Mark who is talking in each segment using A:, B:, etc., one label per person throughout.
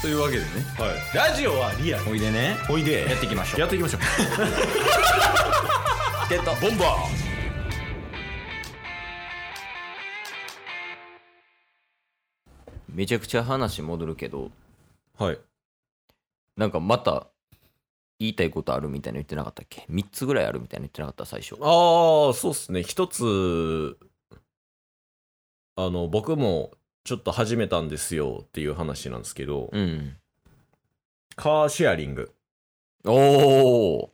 A: というわけでね
B: はい、ラジオはリアル
A: おいでね
B: おいで
A: やっていきましょう
B: やって いきましょう
A: ゲット
B: ボンバ
C: めちゃくちゃ話戻るけど
B: ーはい
C: なんかまた言いたいことあるみたいな言ってなかったっけ3つぐらいあるみたいな言ってなかった最初
B: ああそうっすね一つあの僕もちょっと始めたんですよっていう話なんですけど、
C: うん
B: カーシェアリング
C: おお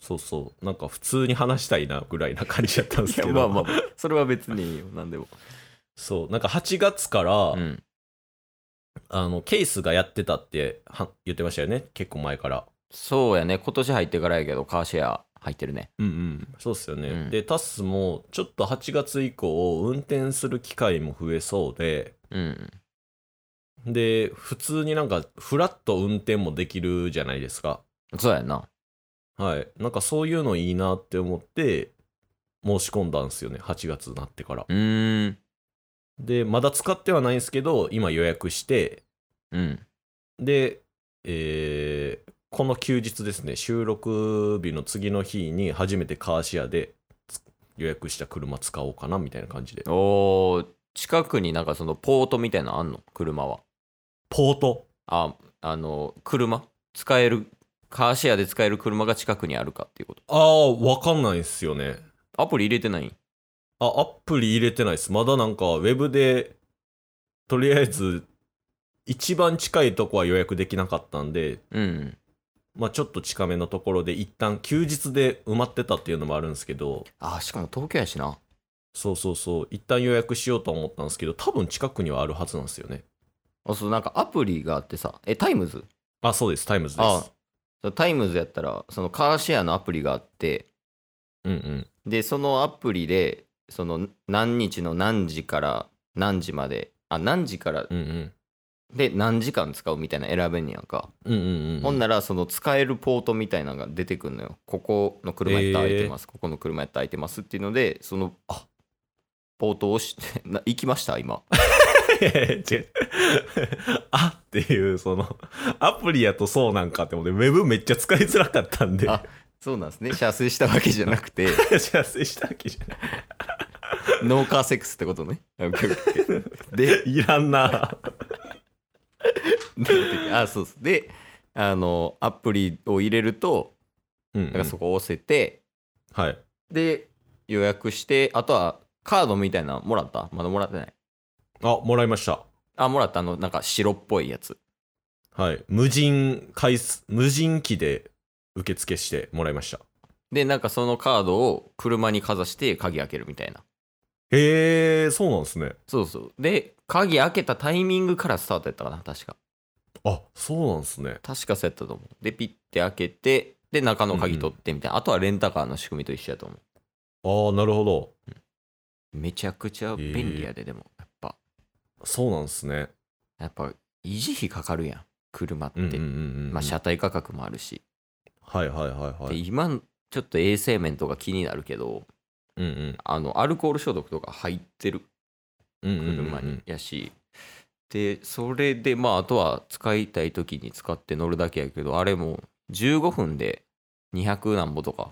B: そうそうなんか普通に話したいなぐらいな感じだったんですけど
C: まあまあそれは別にいいよ何でも
B: そうなんか8月から、
C: うん
B: あのケースがやってたっては言ってましたよね結構前から
C: そうやね今年入ってからやけどカーシェア入ってるね
B: うんうんそうっすよね、
C: うん
B: でタスもちょっと8月以降運転する機会も増えそうで
C: うん
B: で普通になんかフラッと運転もできるじゃないですか
C: そうやな
B: はいなんかそういうのいいなって思って申し込んだんですよね8月になってから
C: うーん
B: でまだ使ってはないんですけど今予約して
C: うん
B: で、えーこの休日ですね収録日の次の日に初めてカーシェアでつ予約した車使おうかなみたいな感じで
C: おー近くになんかそのポートみたいなのあんの車は
B: ポート
C: ああの車使えるカーシェアで使える車が近くにあるかっていうこと
B: ああわかんないんすよね
C: アプリ入れてない
B: あアプリ入れてないですまだなんかウェブでとりあえず一番近いとこは予約できなかったんで
C: うん
B: まあちょっと近めのところで一旦休日で埋まってたっていうのもあるんですけど
C: あしかも東京やしな
B: そうそうそう一旦予約しようと思ったんですけど多分近くにはあるはずなんですよね
C: あそうなんかアプリがあってさえタイムズ
B: あそうですタイムズです
C: ああタイムズやったらそのカーシェアのアプリがあって
B: うんうん
C: でそのアプリでその何日の何時から何時まであ何時から
B: うんうん
C: で何時間使うみたいな選べんねやんか、
B: うんうんうん
C: ほんならその使えるポートみたいなのが出てくるのよここの車やったら空いてます、ここの車やったら空いてますっていうのでそのあポートを押して な行きました 今
B: いやい や違う あっていうそのアプリやとそうなんかって思ってウェブめっちゃ使いづらかったんで
C: あそうなんですね射精したわけじゃなくて
B: 幸せしたわけじゃない
C: ノーカーセックスってことねオッケーオッケ ーで
B: いらんな
C: であそうそうであのアプリを入れると
B: うん、
C: なんかそこを押せて、
B: はい
C: で予約してあとはカードみたいなのもらったまだもらってない
B: あもらいました
C: あもらったあのなんか白っぽいやつ
B: はい無人回数無人機で受付してもらいました
C: でなんかそのカードを車にかざして鍵開けるみたいな
B: へえそうなんですね
C: そうそうで鍵開けたタイミングからスタートやったかな確か
B: あそうなんですね
C: 確かそうやったと思うでピッて開けてで中の鍵取ってみたいな、あとはレンタカーの仕組みと一緒やと思
B: ああなるほど
C: うめちゃくちゃ便利やで、でもやっぱ
B: そうなんですね
C: やっぱ維持費かかるやん車って、
B: うんうんうんうんうん
C: まあ、車体価格もあるし、
B: はいはいはいは
C: で
B: い
C: 今ちょっと衛生面とか気になるけど
B: うんうん
C: あのアルコール消毒とか入ってる
B: うんうんうん
C: 車にやし、でそれでまああとは使いたい時に使って乗るだけやけどあれも15分で200何歩とか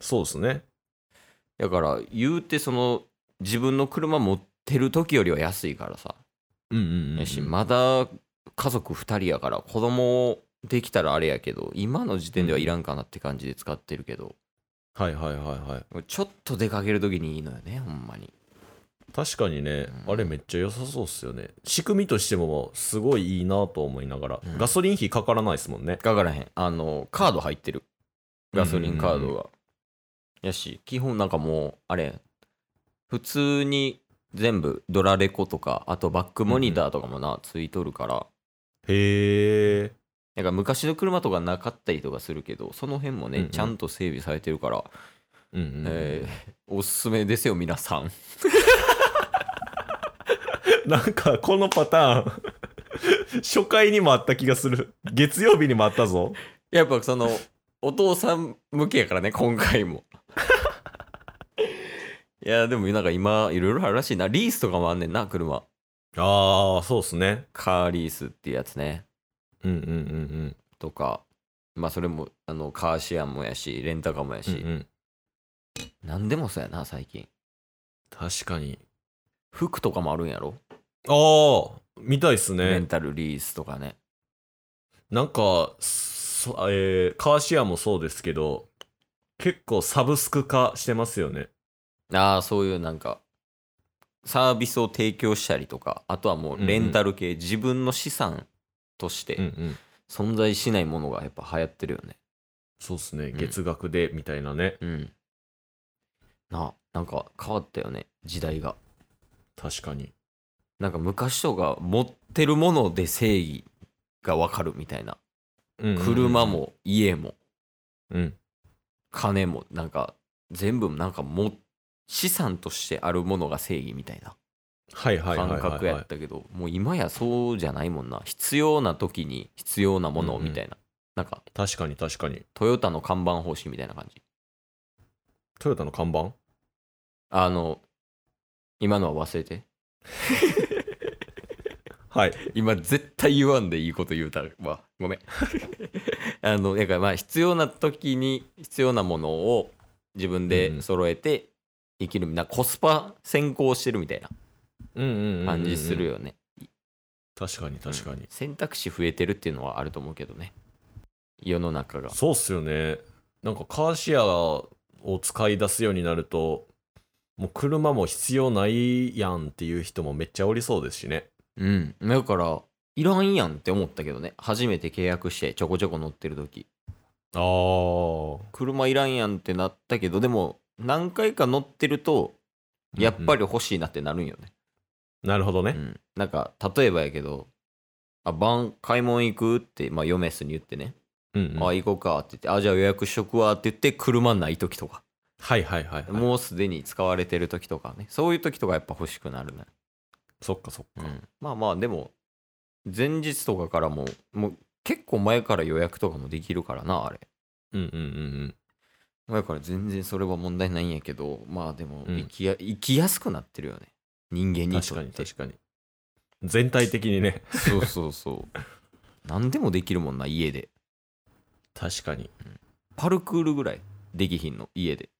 B: そうですね
C: だから言うてその自分の車持ってる時よりは安いからさ
B: うんうんうんうん
C: やしまだ家族2人やから子供できたらあれやけど今の時点ではいらんかなって感じで使ってるけど、
B: はいはいはいはい
C: ちょっと出かける時にいいのよねほんまに
B: 確かにね、
C: うん
B: あれめっちゃ良さそうっすよね仕組みとしてもすごいいいなと思いながら、
C: うん
B: ガソリン費かからないですもんね
C: かからへんあのカード入ってるガソリンカー
B: うんう
C: ドが、やし基本なんかもうあれ普通に全部ドラレコとかあとバックモニターとかもな、ついとるから
B: へえ
C: なんか昔の車とかなかったりとかするけどその辺もね、
B: うんうん
C: ちゃんと整備されてるから、
B: うんうん、
C: えーおすすめですよ皆さん
B: なんかこのパターン 初回にもあった気がする月曜日にもあったぞ
C: やっぱそのお父さん向けやからね今回 もいやでもなんか今いろいろあるらしいなリースとかもあんねんな車
B: ああ、そうっすね。
C: カーリースっていうやつね
B: うんうんうん
C: とかまあそれもあのカーシェアもやしレンタカーもや
B: うん。う
C: し、
B: んうん、
C: 何でもそうやな最近
B: 確かに。
C: 服とかもあるんやろ、
B: ああ、見たいっす
C: レ
B: ね
C: ン。タルリースとかね
B: なんか、そえーカーシェアもそうですけど、結構サブスク化してますよね。
C: ああそういうなんかサービスを提供したりとかあとはもうレンタル系、自分の資産とし
B: うんう
C: て
B: ん。
C: 存在しないものがやっぱ流行ってるよね
B: そうっすね。
C: ん
B: 月額でみたいなね。
C: うんなあなんか変わったよね時代が
B: 確かに。
C: なんか昔とか持ってるもので正義がわかるみたいな
B: うんうんうん
C: 車。も家も
B: うん。
C: 金もなんか全部なんかも資産としてあるものが正義みたいな
B: はいはいはい
C: 感
B: はい、はい。
C: 覚やったけどもう今やそうじゃないもんな必要な時に必要なものを
B: うんうん
C: みたいななんか
B: 確かに確かに。
C: トヨタの看板方式みたいな感じ
B: トヨタの看板
C: あの今のは忘れて
B: はい。
C: 今絶対言わんでいいこと言うたわごめん あのだからまあ必要な時に必要なものを自分で揃えて生きるみたいなコスパ先行してるみたいな
B: うんうんうんうんうん
C: 感じするよね
B: 確かに確かに、
C: うん選択肢増えてるっていうのはあると思うけどね世の中が
B: そうっすよねなんかカーシェアを使い出すようになるともう車も必要ないやんっていう人もめっちゃおりそうですしね
C: うんだからいらんやんって思ったけどね初めて契約してちょこちょこ乗ってる時
B: ああ
C: 車いらんやんってなったけどでも何回か乗ってるとやっぱり欲しいなってなるんよね、
B: なるほどね、
C: うん、なんか例えばやけど「あ晩買い物行く?」って、まあ、嫁すに言ってね
B: うん
C: 「
B: うん
C: あ
B: はい
C: 行こうか」って言って「あじゃあ予約しとくわ」って言って車ない時とか、
B: はいはいはい
C: もうすでに使われてる時とかねそういう時とかやっぱ欲しくなるね、
B: そっかそっか、
C: まあまあでも前日とかからももう結構前から予約とかもできるからなあれ
B: うん、うんうんうん
C: だから全然それは問題ないんやけどまあでも
B: うん
C: 行きや,、生きやすくなってるよね人間に
B: 確
C: と
B: か
C: っ
B: に
C: て
B: 確かに全体的にね
C: そうそう そう何でもできるもんな家で
B: 確かに
C: パルクールぐらいできひんの家で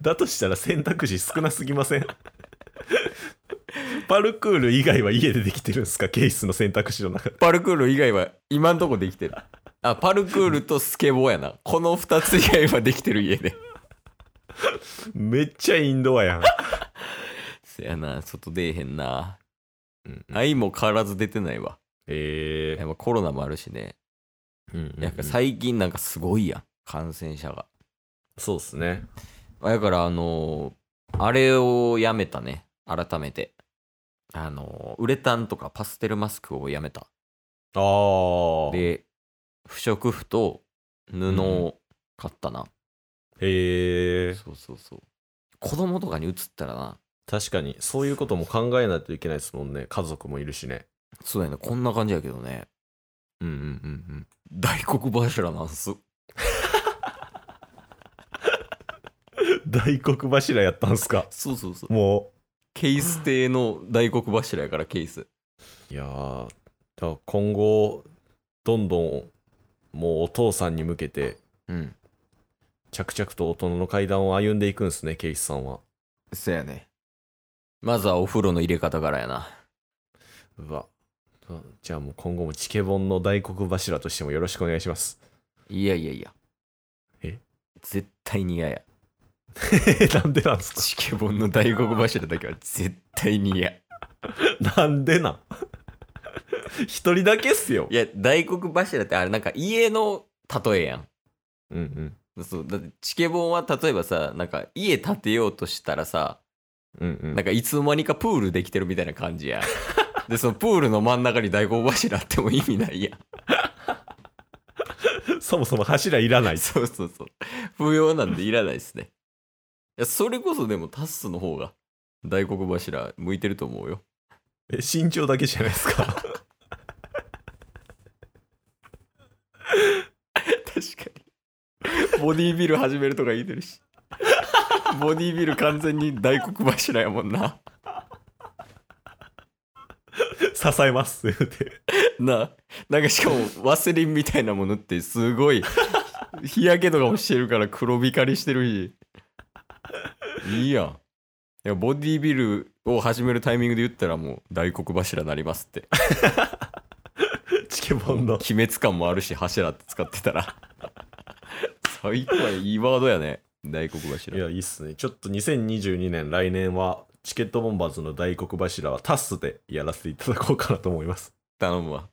B: だとしたら選択肢少なすぎません パルクール以外は家でできてるんですかケースの選択肢の中で
C: パルクール以外は今んとこできてるあパルクールとスケボーやなこの2つ以外はできてる家で
B: めっちゃインドアやん
C: せやな外出えへんな
B: うんうん
C: 愛も変わらず出てないわ
B: え
C: やっぱコロナもあるしね
B: えうんうんうん
C: やっぱ最近なんかすごいやん感染者が
B: そうですね。
C: だからあのーあれをやめたね改めてあのーウレタンとかパステルマスクをやめた
B: ああ。
C: で不織布と布を買ったな、
B: へえ。
C: そうそうそう子供とかに移ったらな
B: 確かに、そういうことも考えないといけないですもんね。家族もいるしね。
C: そうだよねこんな感じやけどね
B: うんうんうん
C: 大黒柱なんす
B: うん。 大黒柱やったんすか。
C: そうそうそう
B: も
C: ケース邸の大黒柱やからケース
B: う。いやー、だから今後、どんどん、もうお父さんに向けて、
C: うん
B: 着々と大人の階段を歩んでいくんですね、ケイスさんは。
C: そやねまずはお風呂の入れ方からやな
B: うわ。じゃあもう今後もチケボンの大黒柱としてもよろしくお願いします。
C: いやいやいや
B: え
C: 絶対に嫌や
B: なんでなんですか
C: チケボンの大黒柱だけは絶対に嫌い
B: なんでなん 一人だけっすよ。
C: や大黒柱ってあれなんか家の例えやん
B: うんうん。
C: そうだってチケボンは例えばさなんか家建てようとしたらさ
B: うんうん
C: なんかいつの間にかプールできてるみたいな感じやでそのプールの真ん中に大黒柱あっても意味ないやん
B: そもそも柱いらない。
C: そうそうそう不要なんでいらないですねいやそれこそでもタッスの方が大黒柱向いてると思うよ
B: え身長だけじゃないです か。
C: 確かにボディービル始めるとか言ってるしボディービル完全に大黒柱やもんな
B: 支えますって言って
C: なあなんかしかもワセリンみたいなものってすごい日焼けとかもしてるから黒光りしてるしいいやんいやボディビルを始めるタイミングで言ったらもう大黒柱になりますって
B: チケボンの
C: 鬼滅感もあるし柱って使ってたら最高やいいワードやね大黒
B: い
C: 柱
B: やいいっすねちょっと2022年来年はチケットボンバーズの大黒柱はタスでやらせていただこうかなと思います
C: 頼むわ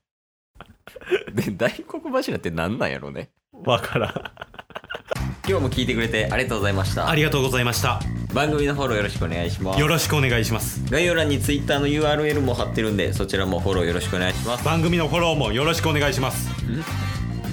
C: で大黒柱って何なんやろうね
B: わから
C: 今日も聞いてくれてありがとうございました
A: ありがとうございました
C: 番組のフォローよろしくお願いします
A: よろしくお願いします
C: 概要欄に Twitter の URL も貼ってるんでそちらもフォローよろしくお願いします
A: 番組のフォローもよろしくお願いします